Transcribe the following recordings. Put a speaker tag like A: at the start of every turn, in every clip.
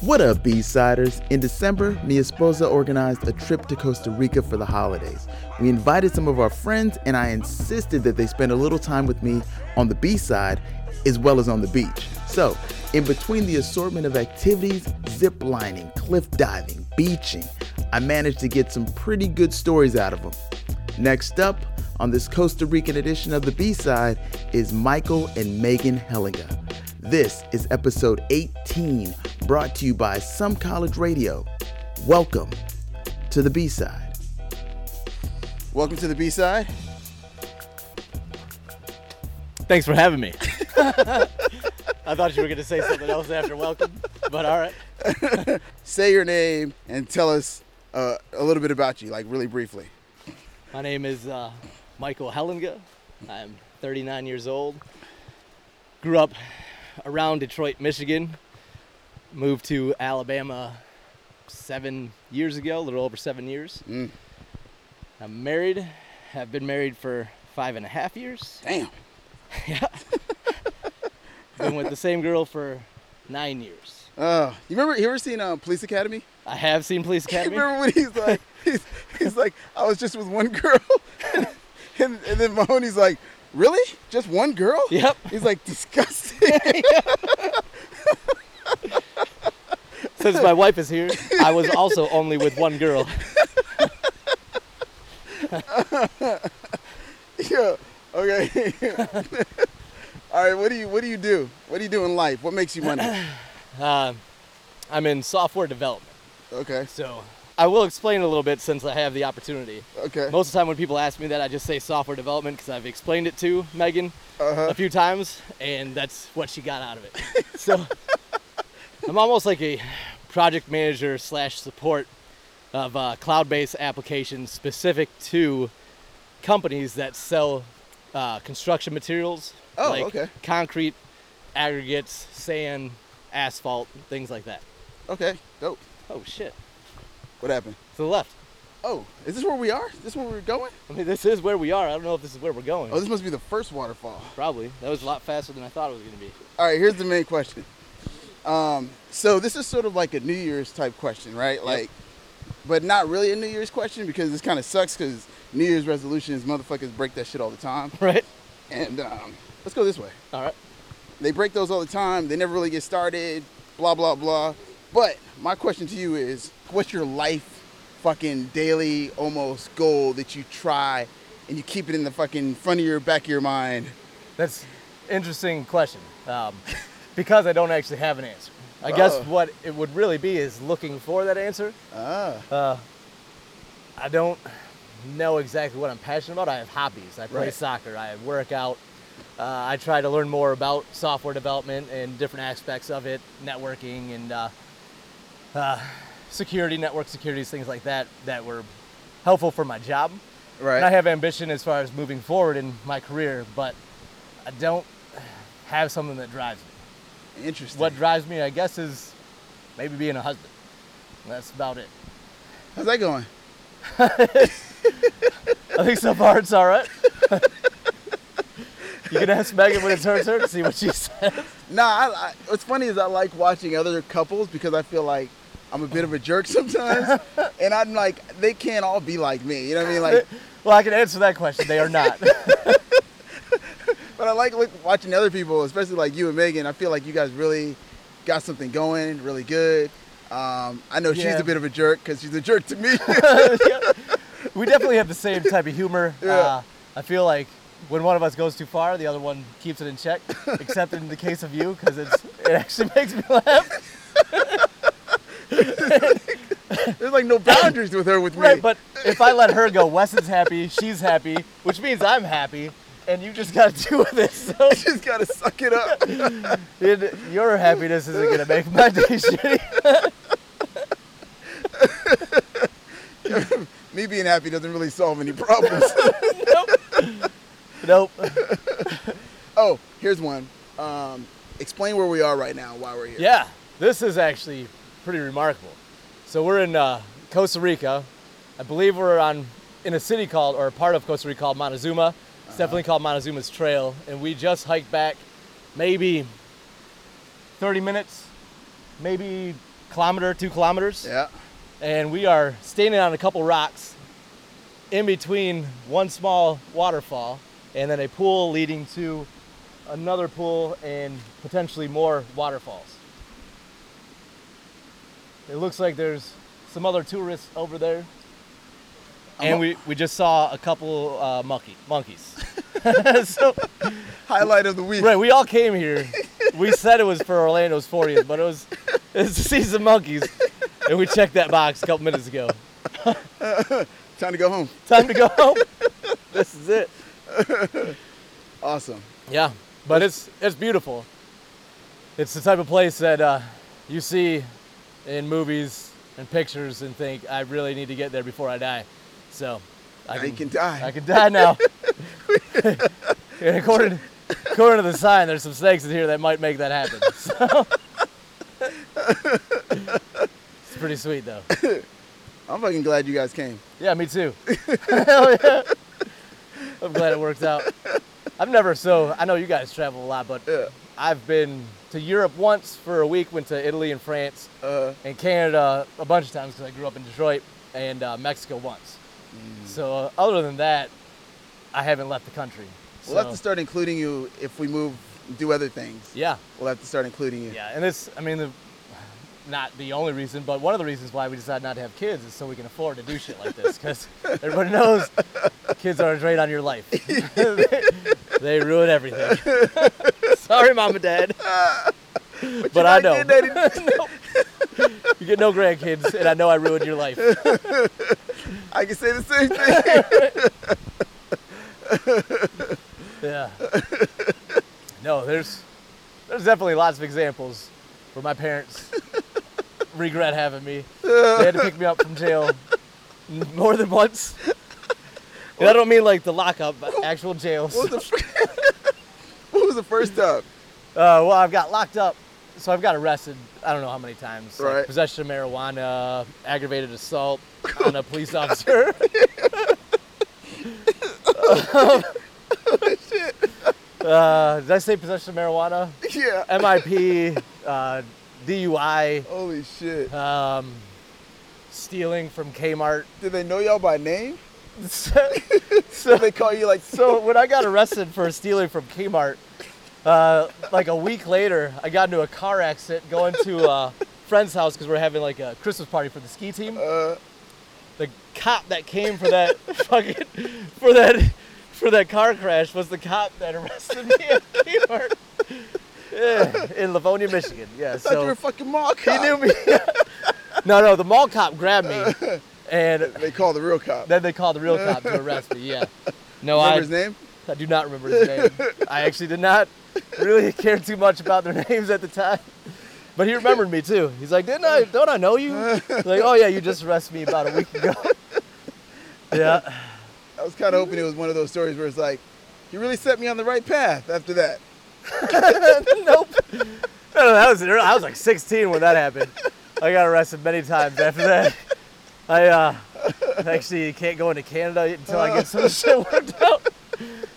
A: What up, B-Siders? In December, Mi Esposa organized a trip to Costa Rica for the holidays. We invited some of our friends, and I insisted that they spend a little time with me on the B-side as well as on the beach. So, in between the assortment of activities, zip lining, cliff diving, beaching, I managed to get some pretty good stories out of them. Next up on this Costa Rican edition of the B-side is Michael and Megan Hellinga. This is episode 18, brought to you by Some College Radio. Welcome to the B side. Welcome to the B side.
B: Thanks for having me. I thought you were going to say something else after welcome, but all right.
A: Say your name and tell us uh, a little bit about you, like really briefly.
B: My name is uh, Michael Hellinga. I'm 39 years old. Grew up around Detroit, Michigan. Moved to Alabama seven years ago, a little over seven years.
A: Mm.
B: I'm married. Have been married for five and a half years.
A: Damn.
B: Been with the same girl for nine years.
A: Uh, you remember? You ever seen uh, Police Academy?
B: I have seen Police Academy.
A: You remember when he's like, he's, he's like, I was just with one girl, and, and then Mahoney's like, really? Just one girl?
B: Yep.
A: He's like, disgusting.
B: Since my wife is here, I was also only with one girl.
A: yeah. Okay. All right. What do you What do you do? What do you do in life? What makes you money?
B: Uh, I'm in software development.
A: Okay.
B: So I will explain a little bit since I have the opportunity.
A: Okay.
B: Most of the time when people ask me that, I just say software development because I've explained it to Megan
A: Uh-huh.
B: a few times, and that's what she got out of it. so I'm almost like a project manager slash support of uh, cloud-based applications specific to companies that sell uh, construction materials
A: Oh,
B: like
A: okay.
B: concrete, aggregates, sand, asphalt, things like that.
A: Okay. Dope.
B: Oh shit!
A: What happened?
B: To the left.
A: Oh, is this where we are? Is this where we're going?
B: I mean, this is where we are. I don't know if this is where we're going.
A: Oh, this must be the first waterfall.
B: Probably. That was a lot faster than I thought it was going to be.
A: All right. Here's the main question. Um, so this is sort of like a New Year's type question, right? Like, but not really a New Year's question because this kind of sucks because New Year's resolutions, motherfuckers break that shit all the time.
B: Right?
A: And um, let's go this way.
B: All right.
A: They break those all the time. They never really get started. Blah blah blah. But my question to you is, what's your life, fucking daily almost goal that you try, and you keep it in the fucking front of your back of your mind?
B: That's interesting question um, because I don't actually have an answer. I guess
A: Oh.
B: what it would really be is looking for that answer. Uh,
A: Ah,
B: I don't know exactly what I'm passionate about. I have hobbies. I play
A: Right.
B: soccer. I work out. Uh, I try to learn more about software development and different aspects of it, networking and uh, uh, security, network securities, things like that, that were helpful for my job.
A: right.
B: And I have ambition as far as moving forward in my career, but I don't have something that drives me.
A: Interesting.
B: What drives me, I guess, is maybe being a husband. That's about it.
A: How's that going?
B: I think so far it's all right. you can ask Megan when it's her turn to see what she says.
A: Nah, I, I, what's funny is I like watching other couples because I feel like I'm a bit of a jerk sometimes, and I'm like, they can't all be like me. You know what I mean? Like,
B: Well, I can answer that question. They are not.
A: But I like look, watching other people, especially like you and Megan. I feel like you guys really got something going, really good. Um, I know she's
B: Yeah.
A: a bit of a jerk because she's a jerk to me.
B: we definitely have the same type of humor.
A: Yeah.
B: Uh, I feel like when one of us goes too far, the other one keeps it in check, except in the case of you, because it actually makes me laugh.
A: There's like no boundaries with her with me.
B: Right, but if I let her go, Weston's happy, she's happy, which means I'm happy, and you just got to deal with it. So
A: you just gotta suck it up.
B: it- your happiness isn't going to make my day shitty.
A: me being happy doesn't really solve any problems.
B: Nope.
A: oh, here's one. Um, explain where we are right now, and why we're here.
B: Yeah, this is actually pretty remarkable. So we're in uh, Costa Rica. I believe we're on in a city called, or a part of Costa Rica called Montezuma. It's definitely called Montezuma's Trail, and we just hiked back, maybe 30 minutes, maybe kilometer, two kilometers.
A: Yeah.
B: and we are standing on a couple rocks in between one small waterfall and then a pool leading to another pool and potentially more waterfalls. It looks like there's some other tourists over there.
A: I'm-
B: And we, we just saw a couple uh, monkey, monkeys. so,
A: Highlight of the week.
B: right, we all came here. We said it was for Orlando's 40th, but it was, it was to see some monkeys. And we checked that box a couple minutes ago.
A: Time to go home.
B: Time to go home. this is it.
A: Awesome.
B: Yeah, but it's it's beautiful. It's the type of place that uh, you see in movies and pictures and think I really need to get there before I die. So I
A: Now you can die.
B: I can die now. and according according to the sign, there's some snakes in here that might make that happen. So. it's pretty sweet though.
A: I'm fucking glad you guys came.
B: Yeah, me too. Hell yeah. I'm glad it worked out. I've never so I know you guys travel a lot, but
A: Yeah.
B: I've been to Europe once for a week, went to Italy and France
A: Uh,
B: and Canada a bunch of times because I grew up in Detroit and uh, Mexico once.
A: Mm.
B: So uh, other than that, I haven't left the country.
A: we'll have
B: So,
A: to start including you if we move, do other things.
B: Yeah,
A: We'll have to start including you.
B: yeah, and this I mean the. Not the only reason, but one of the reasons why we decided not to have kids is so we can afford to do shit like this. Because everybody knows kids are a drain on your life. they ruin everything. Sorry, mom and dad. But, I know.
A: not getting
B: No. You get no grandkids, and I know I ruined your life.
A: I can say the same thing.
B: Yeah. No, there's there's definitely lots of examples where my parents regret having me. They had to pick me up from jail more than once. And I don't mean like the lockup, but actual jails.
A: what, was the, what was the first time?
B: Uh, well, I've got locked up, so I've got arrested. I don't know how many times. like,
A: Right.
B: possession of marijuana, aggravated assault on a police officer. Um, Uh, did I say possession of marijuana?
A: Yeah.
B: MIP, uh, DUI,
A: Holy shit.
B: um, stealing from Kmart.
A: Did they know y'all by name?
B: So-
A: So they call you like
B: so when I got arrested for stealing from Kmart, uh, like a week later, I got into a car accident going to a friend's house because we're having like a Christmas party for the ski team.
A: uh,
B: The cop that came for that fucking for that for that car crash was the cop that arrested me at Kmart Yeah, in Livonia, Michigan. Yeah,
A: thought you
B: so
A: were a fucking mall cop.
B: he knew me. no, no, the mall cop grabbed me, and
A: They call the real cop.
B: then they called the real cop to arrest me. Yeah, no,
A: Remember
B: I
A: his name?
B: I do not remember his name. I actually did not really care too much about their names at the time. But he remembered me too. He's like, "Didn't I? Don't I know you?" Like, "Oh yeah, you just arrested me about a week ago." Yeah,
A: I was kind of hoping it was one of those stories where it's like, you really set me on the right path after that.
B: nope. No, no, that was I was like 16 when that happened. I got arrested many times after that. I uh, actually can't go into Canada until I get some shit worked out.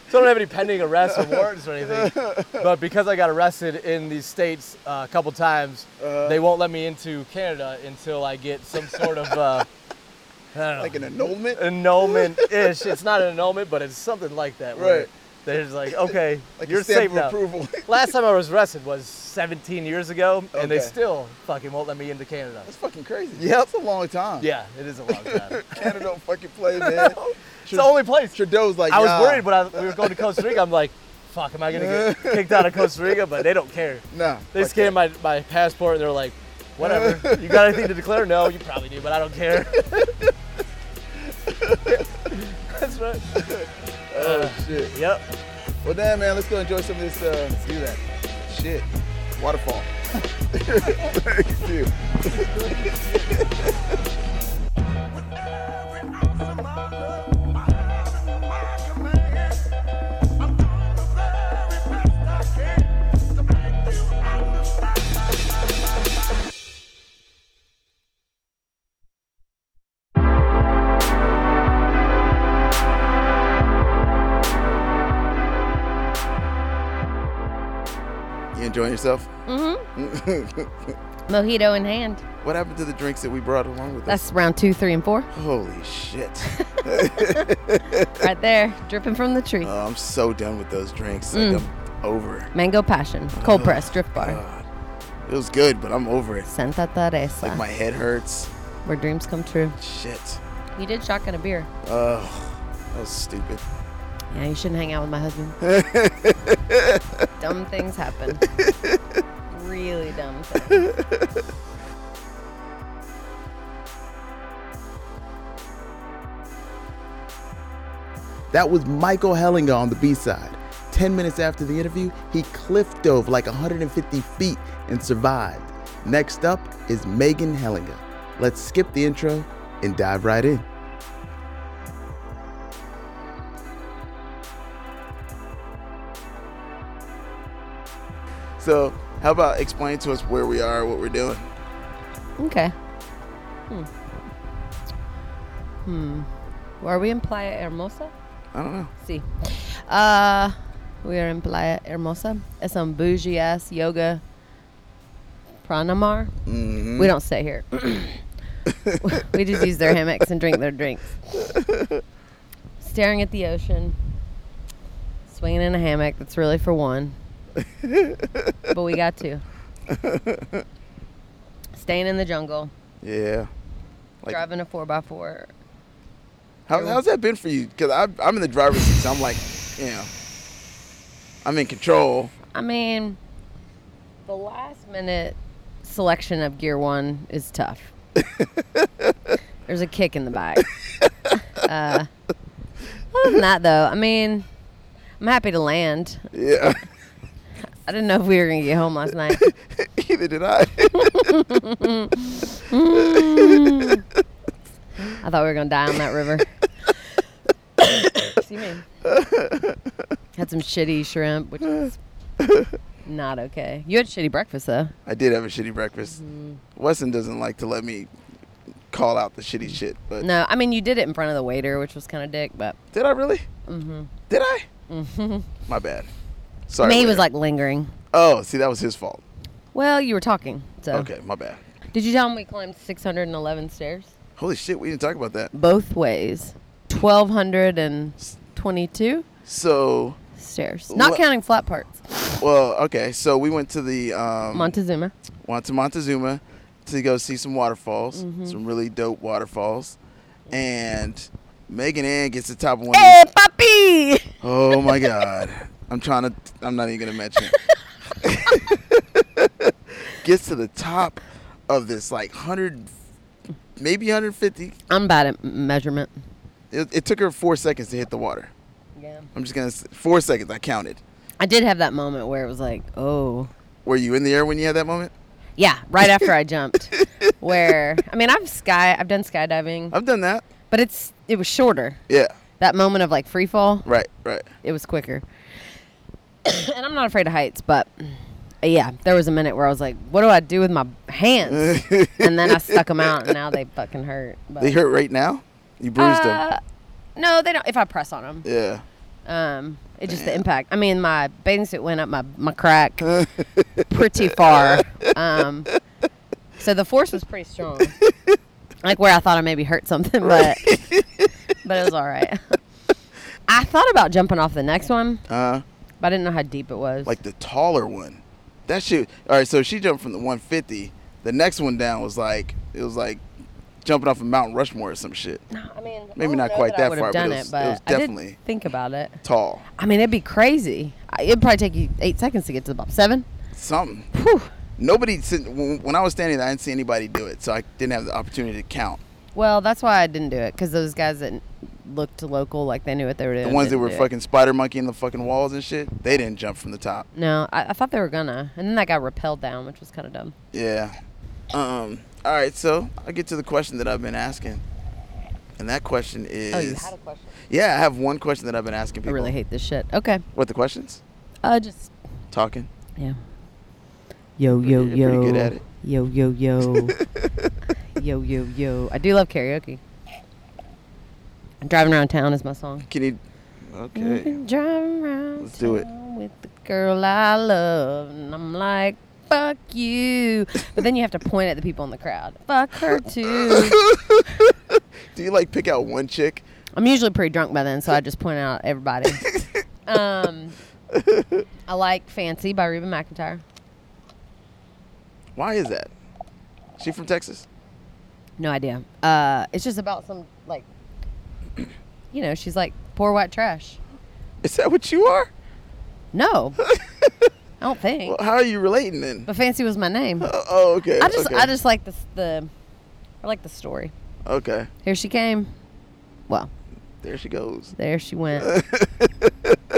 B: So I don't have any pending arrests or warrants or anything. But because I got arrested in these states uh, a couple times,
A: Uh.
B: they won't let me into Canada until I get some sort of uh, I don't know,
A: Like an annulment?
B: annulment ish. It's not an annulment, but it's something like that. where
A: Right.
B: They're just like, okay,
A: Like
B: you're
A: a stamp
B: safe
A: of
B: now.
A: approval.
B: Last time I was arrested was 17 years ago, and they
A: Okay.
B: still fucking won't let me into Canada.
A: That's fucking crazy.
B: Yep.
A: That's a long time.
B: Yeah, it is a long time.
A: Canada don't fucking play, man.
B: it's the only place.
A: Trudeau's like,
B: I was
A: "Nah,
B: worried when I, we were going to Costa Rica. I'm like, fuck, am I gonna get kicked out of Costa Rica? But they don't care.
A: Nah.
B: They
A: fuck
B: scanned my, my passport and they're like, whatever. You got anything to declare? No, you probably do, but I don't care. That's right.
A: that. Oh, shit.
B: Yep.
A: Well, damn, man, let's go enjoy some of this. Uh, let's do that. Shit. Waterfall. Thank you. You enjoying yourself?
C: Mojito in hand.
A: What happened to the drinks that we brought along with us?
C: That's round two, three, and four.
A: Holy shit.
C: Right there, dripping from the tree.
A: Oh, I'm so done with those drinks. Like, I'm over.
C: Mango passion, cold press, drift bar.
A: God. It was good, but I'm over it.
C: Santa Teresa,
A: Uh, Like my head hurts.
C: where dreams come true.
A: Shit.
C: You did shotgun a beer.
A: Ugh. That was stupid.
C: Yeah, you shouldn't hang out with my husband. dumb things happen. really dumb things.
A: That was Michael Hellinger on the B side. 10 minutes after the interview, he cliff dove like 150 feet and survived. Next up is Megan Hellinger. Let's skip the intro and dive right in. So, how about explain to us where we are, what we're doing?
C: Okay. Hmm. Hmm. Are we in Playa Hermosa?
A: I don't know.
C: See. Uh, we are in Playa Hermosa. It's some bougie ass yoga pranamar. We don't sit here. we just use their hammocks and drink their drinks. Staring at the ocean, swinging in a hammock that's really for one, but we got two. Staying in the jungle,
A: Yeah. Like-
C: driving a 4x4.
A: How, how's that been for you? Because I'm in the driver's seat, so I'm like, you know, I'm in control.
C: I mean, the last minute selection of gear one is tough. There's a kick in the back. Uh, other than that, though, I mean, I'm happy to land.
A: Yeah.
C: I didn't know if we were gonna get home last night.
A: Either did I.
C: I thought we were gonna die on that river. Excuse me. Had some shitty shrimp, which is not okay. You had shitty breakfast though.
A: I did have a shitty breakfast.
C: Mm-hmm.
A: Weston doesn't like to let me call out the shitty shit, but
C: No, I mean you did it in front of the waiter, which was kind of dick, but.
A: did I really? Mm-hmm. Did I? Mm-hmm. My bad. Sorry.
C: I mean, he was
A: waiter.
C: like lingering.
A: oh, see, that was his fault.
C: Well, you were talking. So.
A: Okay, my bad.
C: Did you tell him we climbed 611 stairs?
A: Holy shit, we didn't talk about that.
C: Both ways. 1,222
A: So,
C: stairs. Not
A: What-
C: counting flat parts.
A: well, okay, so we went to the um,
C: Montezuma.
A: went to Montezuma to go see some waterfalls,
C: Mm-hmm.
A: some really dope waterfalls, and Megan Ann gets the top of one. of these-
C: Hey, papi!
A: Oh my god. I'm trying to I'm not even gonna mention it. Gets to the top of this like hundred maybe hundred fifty.
C: I'm bad at m- measurement.
A: It, it took her four seconds to hit the water.
C: Yeah.
A: I'm just gonna s- four seconds, I counted.
C: I did have that moment where it was like, oh.
A: Were you in the air when you had that moment?
C: Yeah, right after I jumped. Where, I mean, I've sky, I've done skydiving,
A: I've done that.
C: but it's, it was shorter.
A: Yeah.
C: That moment of like free fall.
A: Right, right.
C: it was quicker. and I'm not afraid of heights, but yeah, there was a minute where I was like, "What do I do with my hands?" and then I stuck them out, and now they fucking hurt. But,
A: They hurt right now? You bruised them.
C: Uh, No, they don't. If I press on them,
A: Yeah.
C: um, it's just the impact. I mean, my bathing suit went up my my crack pretty far. Um, so the force was pretty strong. Like where I thought I maybe hurt something, but but it was all right. I thought about jumping off the next one.
A: Uh
C: But I didn't know how deep it was.
A: like the taller one. That shit. All right, so she jumped from the 150. The next one down was like it was like jumping off a Mount Rushmore or some shit.
C: I mean,
A: maybe
C: I
A: not
C: don't know
A: quite that
C: I would've
A: far, but
C: done
A: it was- it
C: but
A: was
C: I
A: definitely-
C: did think about it.
A: Tall,
C: I mean, it'd be crazy. I- It'd probably take you eight seconds to get to the bottom. Seven.
A: something.
C: Whew.
A: Nobody said- when when I was standing there, I didn't see anybody do it, so I didn't have the opportunity to count.
C: Well, that's why I didn't do it because those guys that looked local, like they knew what they were doing.
A: The ones that
C: didn't
A: were
C: do it.
A: fucking spider monkey in the fucking walls and shit, they didn't jump from the top.
C: No, I, I thought they were gonna, and then that guy rappelled down, which was kind of dumb.
A: Yeah. Um. All right, so I get to the question that I've been asking, and that question is.
C: Oh, you had a question.
A: Yeah, I have one question that I've been asking
C: I
A: people.
C: really hate this shit. Okay.
A: What the questions?
C: Uh, just
A: Talking.
C: yeah. Yo
A: You're
C: yo
A: pretty
C: yo.
A: good at it.
C: Yo yo yo. yo yo yo. I do love karaoke. Driving around town is my song.
A: Can you? Okay.
C: Driving around
A: Let's do it.
C: town With the girl I love, and I'm like, "Ba, fuck you. But then you have to point at the people in the crowd. Fuck her too.
A: Do you like pick out one chick?
C: I'm usually pretty drunk by then, so I just point out everybody. um, I like Fancy by Reuben McIntyre.
A: Why is that? She from Texas?
C: No idea. Uh, it's just about some like, you know, she's like poor white trash.
A: Is that what you are?
C: No, I don't think.
A: Well, how are you relating then?
C: but Fancy was my name.
A: Oh, oh, okay.
C: Uh, I just,
A: okay.
C: I just like the s- the, I like the story.
A: Okay.
C: Here she came. Well,
A: There she goes.
C: there she went.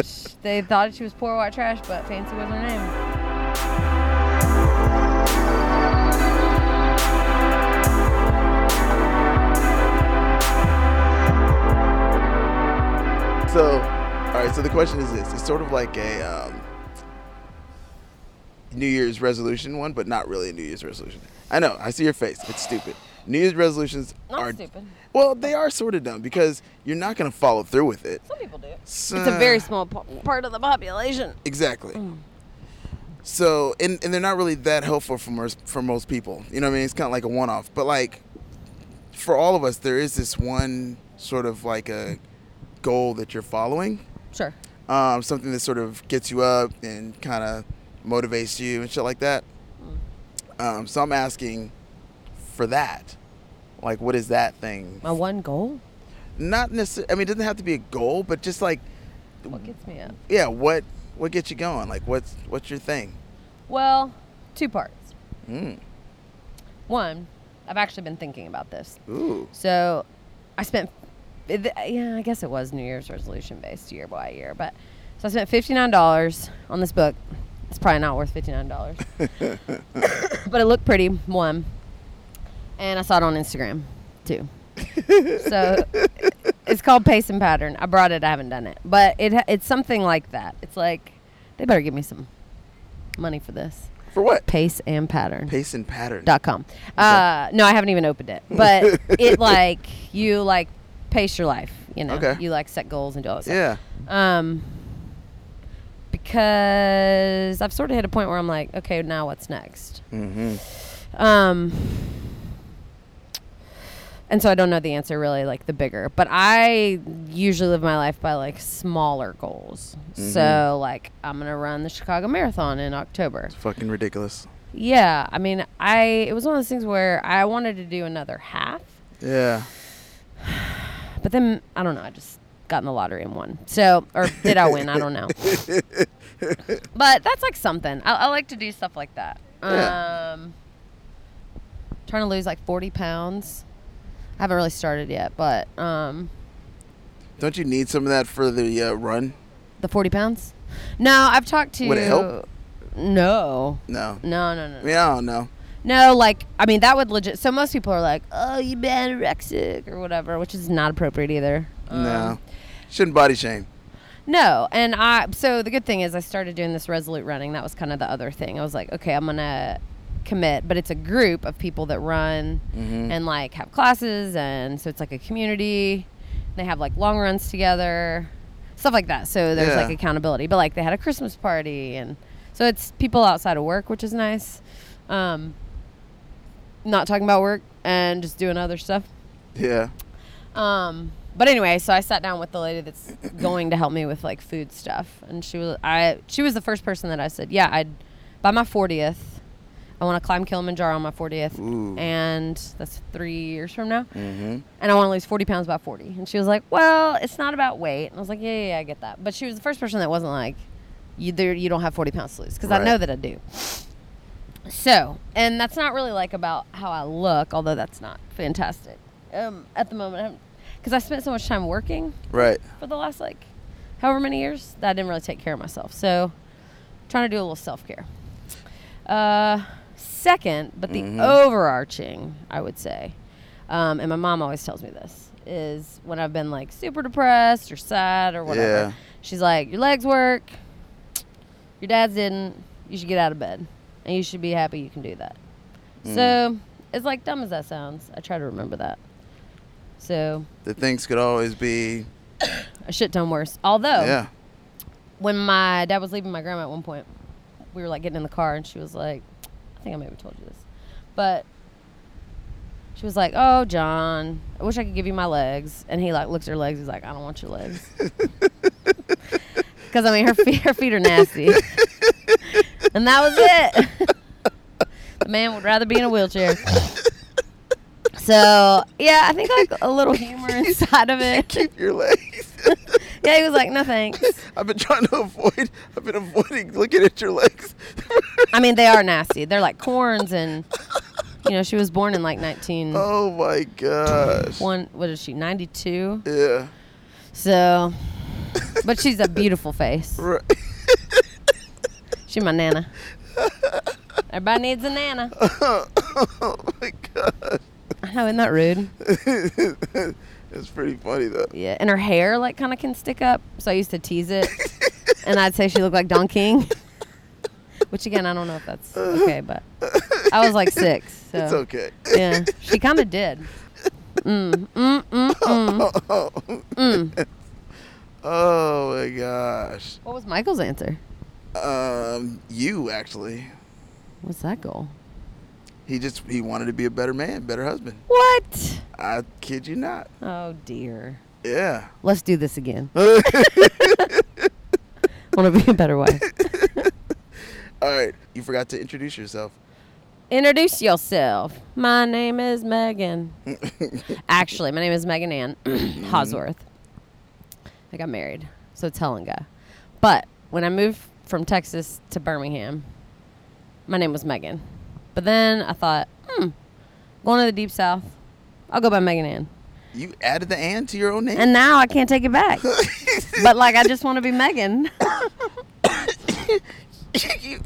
C: Sh- they thought she was poor white trash, but Fancy was her name.
A: So, all right. So the question is this: It's sort of like a um, New Year's resolution one, but not really a New Year's resolution. I know. I see your face. It's stupid. New Year's resolutions
C: Not
A: are
C: stupid.
A: Well, they are sort of dumb because you're not going to follow through with it.
C: Some people do. It's
A: So,
C: a very small po- part of the population.
A: exactly. So, and, and they're not really that helpful for most for most people. You know what I mean? It's kind of like a one-off, but like for all of us, there is this one sort of like a goal that you're following.
C: Sure.
A: um, something that sort of gets you up and kind of motivates you and shit like that. Um, so I'm asking for that. Like, what is that thing?
C: My one goal.
A: Not necessarily. I mean, it doesn't have to be a goal, but just like,
C: What gets me up?
A: yeah, what what gets you going? Like, what's what's your thing?
C: Well, two parts. Hmm.
A: Mm.
C: One, I've actually been thinking about this.
A: Ooh.
C: So, I spent, it- yeah, I guess it was New Year's resolution based year by year, but so I spent fifty nine dollars on this book. It's probably not worth fifty nine dollars, but it looked pretty. One, and I saw it on Instagram, too. so it's called Pace and Pattern. I brought it. I haven't done it, but it ha- it's something like that. It's like they better give me some money for this.
A: For what?
C: Pace and Pattern
A: Pace and pattern.
C: dot com. Uh, no, I haven't even opened it, but it like you like pace your life. You know,
A: Okay.
C: you like set goals and do all that. Stuff.
A: Yeah.
C: Um, because I've sort of hit a point where I'm like, okay, now what's next?
A: Mm-hmm.
C: Um, and so I don't know the answer really, like the bigger. But I usually live my life by like smaller goals.
A: Mm-hmm.
C: So like I'm gonna run the Chicago Marathon in October.
A: Fucking ridiculous.
C: Yeah, I mean, I it was one of those things where I wanted to do another half,
A: Yeah.
C: but then I don't know. I just got in the lottery and won. So, or did I win? I don't know. But that's like something. I, I like to do stuff like that.
A: Yeah.
C: Um, trying to lose like forty pounds. I haven't really started yet, but um,
A: Don't you need some of that for the uh, run?
C: the forty pounds. No, I've talked to.
A: Would it help?
C: No.
A: No.
C: No, no, no.
A: I mean, I don't know.
C: No, like I mean that would legit. So most people are like, "Oh, you been anorexic or whatever," which is not appropriate either.
A: no. Shouldn't body shame.
C: No, and I. So the good thing is I started doing this resolute running. That was kind of the other thing. I was like, okay, I'm gonna commit, but it's a group of people that run and like have classes, and so it's like a community. They have like long runs together, stuff like that. So there's
A: Yeah.
C: like accountability. But like they had a Christmas party, and so it's people outside of work, which is nice. Um, not talking about work and just doing other stuff.
A: Yeah.
C: Um, but anyway, so I sat down with the lady that's going to help me with like food stuff, and she was I she was the first person that I said, yeah, I'd by my fortieth, I want to climb Kilimanjaro on my fortieth,
A: Ooh.
C: and that's three years from now,
A: Mm-hmm.
C: and I want to lose forty pounds by forty. And she was like, well, it's not about weight, and I was like, yeah, yeah, yeah I get that, but she was the first person that wasn't like, you there, you don't have forty pounds to lose, because
A: Right.
C: I know that I do. So, and that's not really like about how I look, although that's not fantastic um, at the moment. Because I spent so much time working
A: Right.
C: for the last like however many years that I didn't really take care of myself. So, trying to do a little self care. Uh, second, but the
A: Mm-hmm.
C: overarching, I would say, um, and my mom always tells me this, is when I've been like super depressed or sad or whatever.
A: Yeah.
C: She's like, Your legs work, your dad's didn't, you should get out of bed. And you should be happy you can do that.
A: Mm.
C: So, as like dumb as that sounds, I try to remember that. So,
A: The things could always be.
C: a shit ton worse. Although,
A: Yeah.
C: when my dad was leaving my grandma at one point, we were like getting in the car and she was like, think I maybe told you this, but she was like, "Oh, John, I wish I could give you my legs." And he like looks at her legs. He's like, "I don't want your legs," because I mean her feet, her feet are nasty. and that was it. the man would rather be in a wheelchair. So yeah, I think like a little humor inside of it.
A: Keep your legs.
C: Yeah, he was like, "No thanks."
A: I've been trying to avoid. I've been avoiding looking at your legs.
C: I mean, they are nasty. They're like corns, and you know, she was born in like 19.
A: oh my gosh.
C: One, what is she? 92.
A: Yeah.
C: So, but she's a beautiful face.
A: Right.
C: She my nana. Everybody needs a nana.
A: oh my god.
C: I know, isn't that rude?
A: It's pretty funny though.
C: Yeah, and her hair like kind of can stick up, so I used to tease it, and I'd say she looked like Don King. Which again, I don't know if that's okay, but I was like six. So.
A: It's okay.
C: Yeah, she kind of did. Mm, mm, mm, mm,
A: Oh.
C: mm.
A: Oh my gosh.
C: What was Michael's answer?
A: Um, you actually.
C: What's that goal?
A: He just he wanted to be a better man, better husband.
C: What?
A: I kid you not.
C: Oh dear.
A: Yeah.
C: Let's do this again. Want to be a better wife.
A: All right. You forgot to introduce yourself.
C: Introduce yourself. My name is Megan. Actually, my name is Megan Ann Hosworth. I got married, so it's Helenga. But when I moved from Texas to Birmingham, my name was Megan. But then I thought, hmm, going to the deep south, I'll go by Megan Ann.
A: You added the and to your own name.
C: And now I can't take it back. but like, I just want to be Megan.
A: You-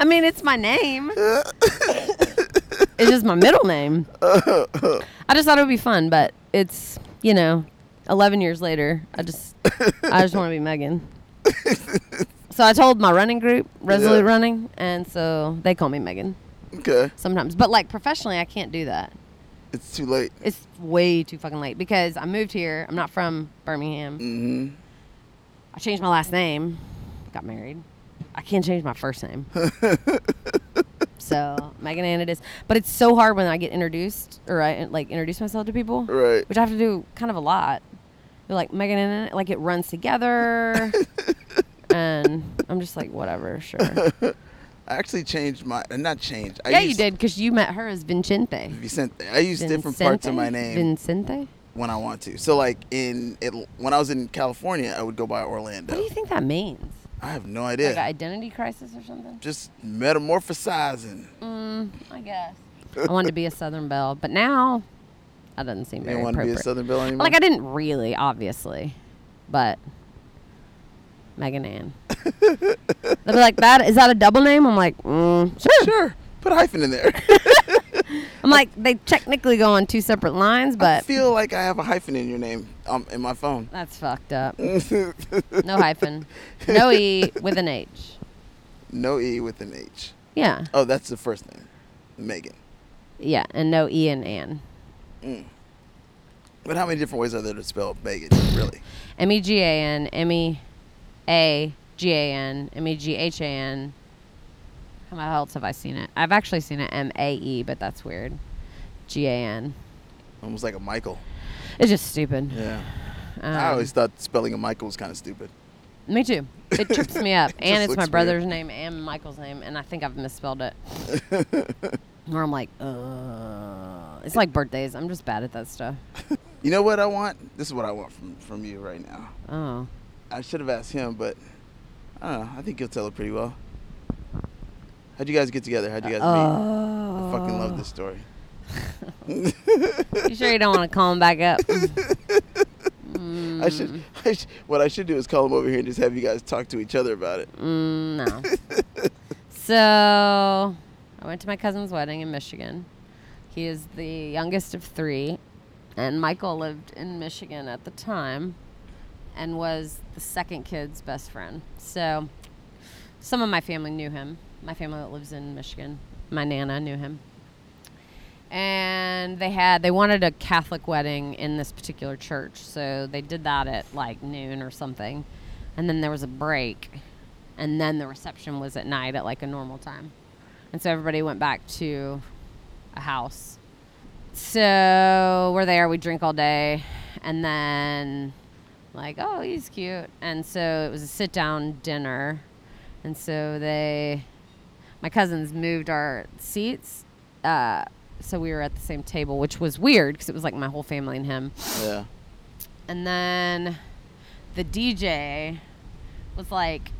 C: I mean, it's my name. it's just my middle name. I just thought it would be fun, but it's you know, eleven years later, I just I just want to be Megan. so I told my running group, Resolute
A: Yeah.
C: Running, and so they call me Megan
A: okay.
C: sometimes. But like professionally, I can't do that.
A: It's too late.
C: It's way too fucking late because I moved here. I'm not from Birmingham.
A: Mm-hmm.
C: I changed my last name, got married. I can't change my first name. so Megan Ann it is. But it's so hard when I get introduced or I like introduce myself to people,
A: Right.
C: which I have to do kind of a lot. They're like Megan Ann, like it runs together. and I'm just like, whatever, sure.
A: I actually changed my uh, not changed. I
C: yeah, you
A: used
C: did because you met her as Vincente.
A: Vicente. I use different parts of my
C: Vincente?
A: name
C: Vincente?
A: when I want to. So like in it, when I was in California, I would go by
C: What do
A: Orlando.
C: you think that means?
A: I have no
C: Like an
A: idea.
C: identity crisis or something?
A: Just metamorphosizing.
C: Mm-hmm. I guess. I wanted to be a Southern Belle, but now that doesn't seem
A: You
C: very
A: don't want to be
C: appropriate.
A: a Southern Belle anymore.
C: like I didn't really, obviously, but Megan Ann. They'll be like, "That is that a double name?" I'm like, mm, sure.
A: sure. Put a hyphen in there.
C: I'm like, they technically go on two separate lines,
A: I
C: but
A: feel like I have a hyphen in your name um, in my phone.
C: that's fucked up. no hyphen, no e with an h.
A: No E with an H.
C: Yeah,
A: Oh, that's the first name, Megan.
C: yeah, and no e in Ann.
A: But how many different ways are there to spell Megan? Really?
C: M E G A N M E A G A N M E G H A N. How else have I seen it? I've actually seen it M A E, but that's weird. G A N.
A: Almost like a Michael.
C: It's just stupid.
A: Yeah.
C: Um,
A: I always thought spelling a Michael was kind of stupid.
C: Me too. It trips me up, and it's
A: looks
C: my
A: weird.
C: brother's name and Michael's name, and I think I've misspelled it. Where I'm like, uh, it's like birthdays. I'm just bad at that stuff.
A: You know what I want? This is what I want from from you right now.
C: Oh,
A: I should have asked him, but I don't know. I think he'll tell it pretty well. How'd you guys get together? How'd you guys meet?
C: Oh.
A: I fucking love this story.
C: you sure you don't want to call him back up?
A: I should, I sh- What I should do is call him over here and just have you guys talk to each other about it.
C: Mm, no. so I went to my cousin's wedding in Michigan. He is the youngest of three, and Michael lived in Michigan at the time and was the second kid's best friend. So some of my family knew him. My family that lives in Michigan, my nana knew him. And they had they wanted a Catholic wedding in this particular church, so they did that at like noon or something. And then there was a break and then the reception was at night at like a normal time. And so everybody went back to a house. So we're there, we drink all day, and then like, oh, he's cute. And so it was a sit down dinner. And so they, my cousins moved our seats. Uh, so we were at the same table, which was weird because it was like my whole family and him.
A: Yeah.
C: And then the DJ was like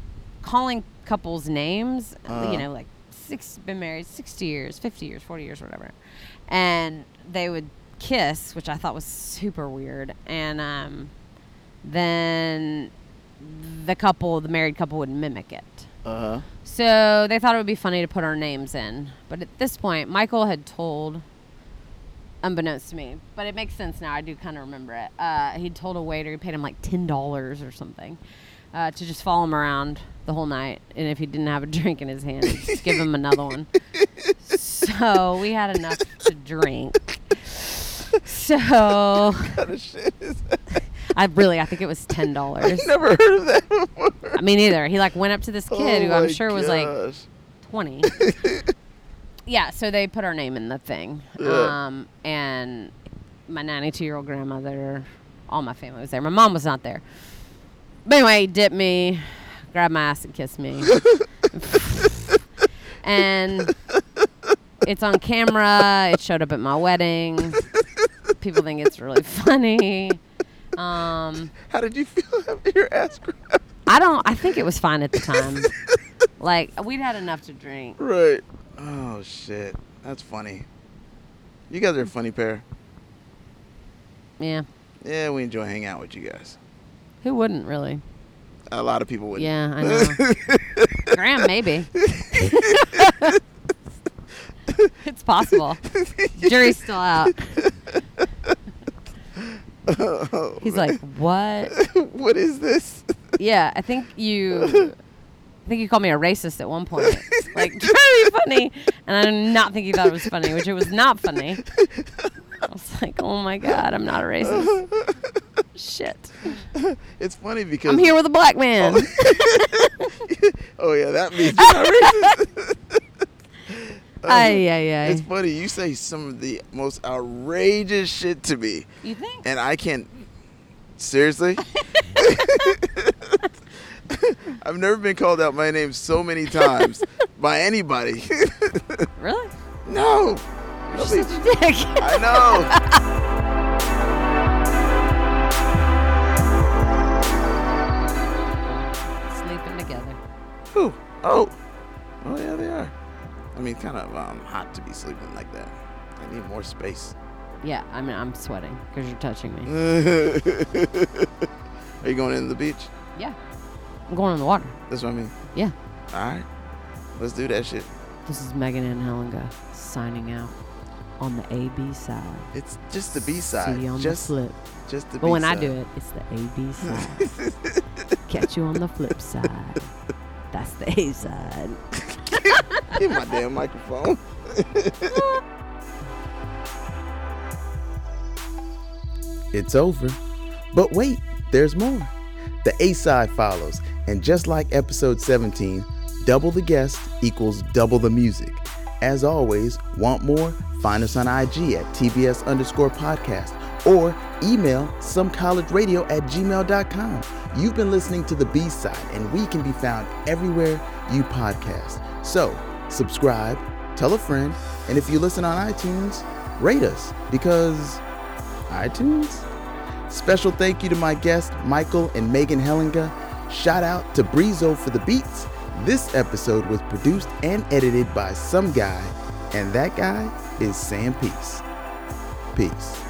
C: calling couples names,
A: Uh.
C: you know, like six been married 60 years, 50 years, 40 years, whatever. And they would kiss, which I thought was super weird. And um, then the couple, the married couple would mimic it.
A: Uh huh.
C: So they thought it would be funny to put our names in. But at this point, Michael had told, unbeknownst to me, but it makes sense now. I do kind of remember it. Uh, he told a waiter, he paid him like $10 or something uh, to just follow him around the whole night. And if he didn't have a drink in his hand, just give him another one. So we had enough to drink. So I really, I think it was ten dollars.
A: Never heard of that. Oh Kid
C: I mean, either he like went up to this kid who I'm sure was like 20. yeah, so they put our name in the thing.
A: Yeah.
C: Um, and my 92 year old grandmother, all my family was there. My mom was not there. But anyway, he dipped me, grabbed my ass, and kissed me. and it's on camera. It showed up at my wedding. People think it's really funny. Um,
A: How did you feel after your ass grabbed?
C: I don't. I think it was fine at the time. like we'd had enough to drink.
A: Right. Oh shit. That's funny. You guys are a funny pair.
C: Yeah.
A: Yeah, we enjoy hanging out with you guys.
C: Who wouldn't really?
A: A lot of people would.
C: Yeah, I know. Graham, maybe. it's possible. Jury's still out. He's like, what?
A: Oh, what is this?
C: Yeah, I think you. I think you called me a racist at one point. Like, trying to be funny. And I did not think you thought it was funny, which it was not funny. I was like, oh my God, I'm not a racist. Shit.
A: It's funny because
C: I'm here with a black man.
A: Oh yeah, that means you're not racist.
C: Ay, ay, ay.
A: It's funny. You say some of the most outrageous shit to me,
C: You think?
A: and I can't. Seriously. I've never been called out my name so many times by anybody.
C: Really?
A: no.
C: You're such a dick.
A: I know.
C: Sleeping together.
A: Whew. Oh. Oh yeah, they are. I mean, kind of um, hot to be sleeping like that. I need more space.
C: Yeah, I mean, I'm sweating because you're touching me.
A: Mm. are you going into the beach?
C: Yeah. I'm going in the water.
A: That's what I mean.
C: Yeah.
A: All right. Let's do that shit.
C: This is Megan and Helga signing out on the AB side.
A: It's just the B
C: See
A: side.
C: you on
A: Just
C: the flip.
A: just the B side.
C: But when I do it, it's the AB side. Catch you on the flip side. That's the A side.
A: Give my damn microphone. it's over. But wait, there's more. The A side follows, and just like episode 17, double the guest equals double the music. As always, want more? Find us on IG at TBS underscore podcast or email somecollegeradio at gmail.com. You've been listening to The B Side, and we can be found everywhere you podcast. So, subscribe, tell a friend, and if you listen on iTunes, rate us because iTunes? Special thank you to my guests, Michael and Megan Hellinga. Shout out to Breezo for the beats. This episode was produced and edited by some guy, and that guy is Sam Peace. Peace.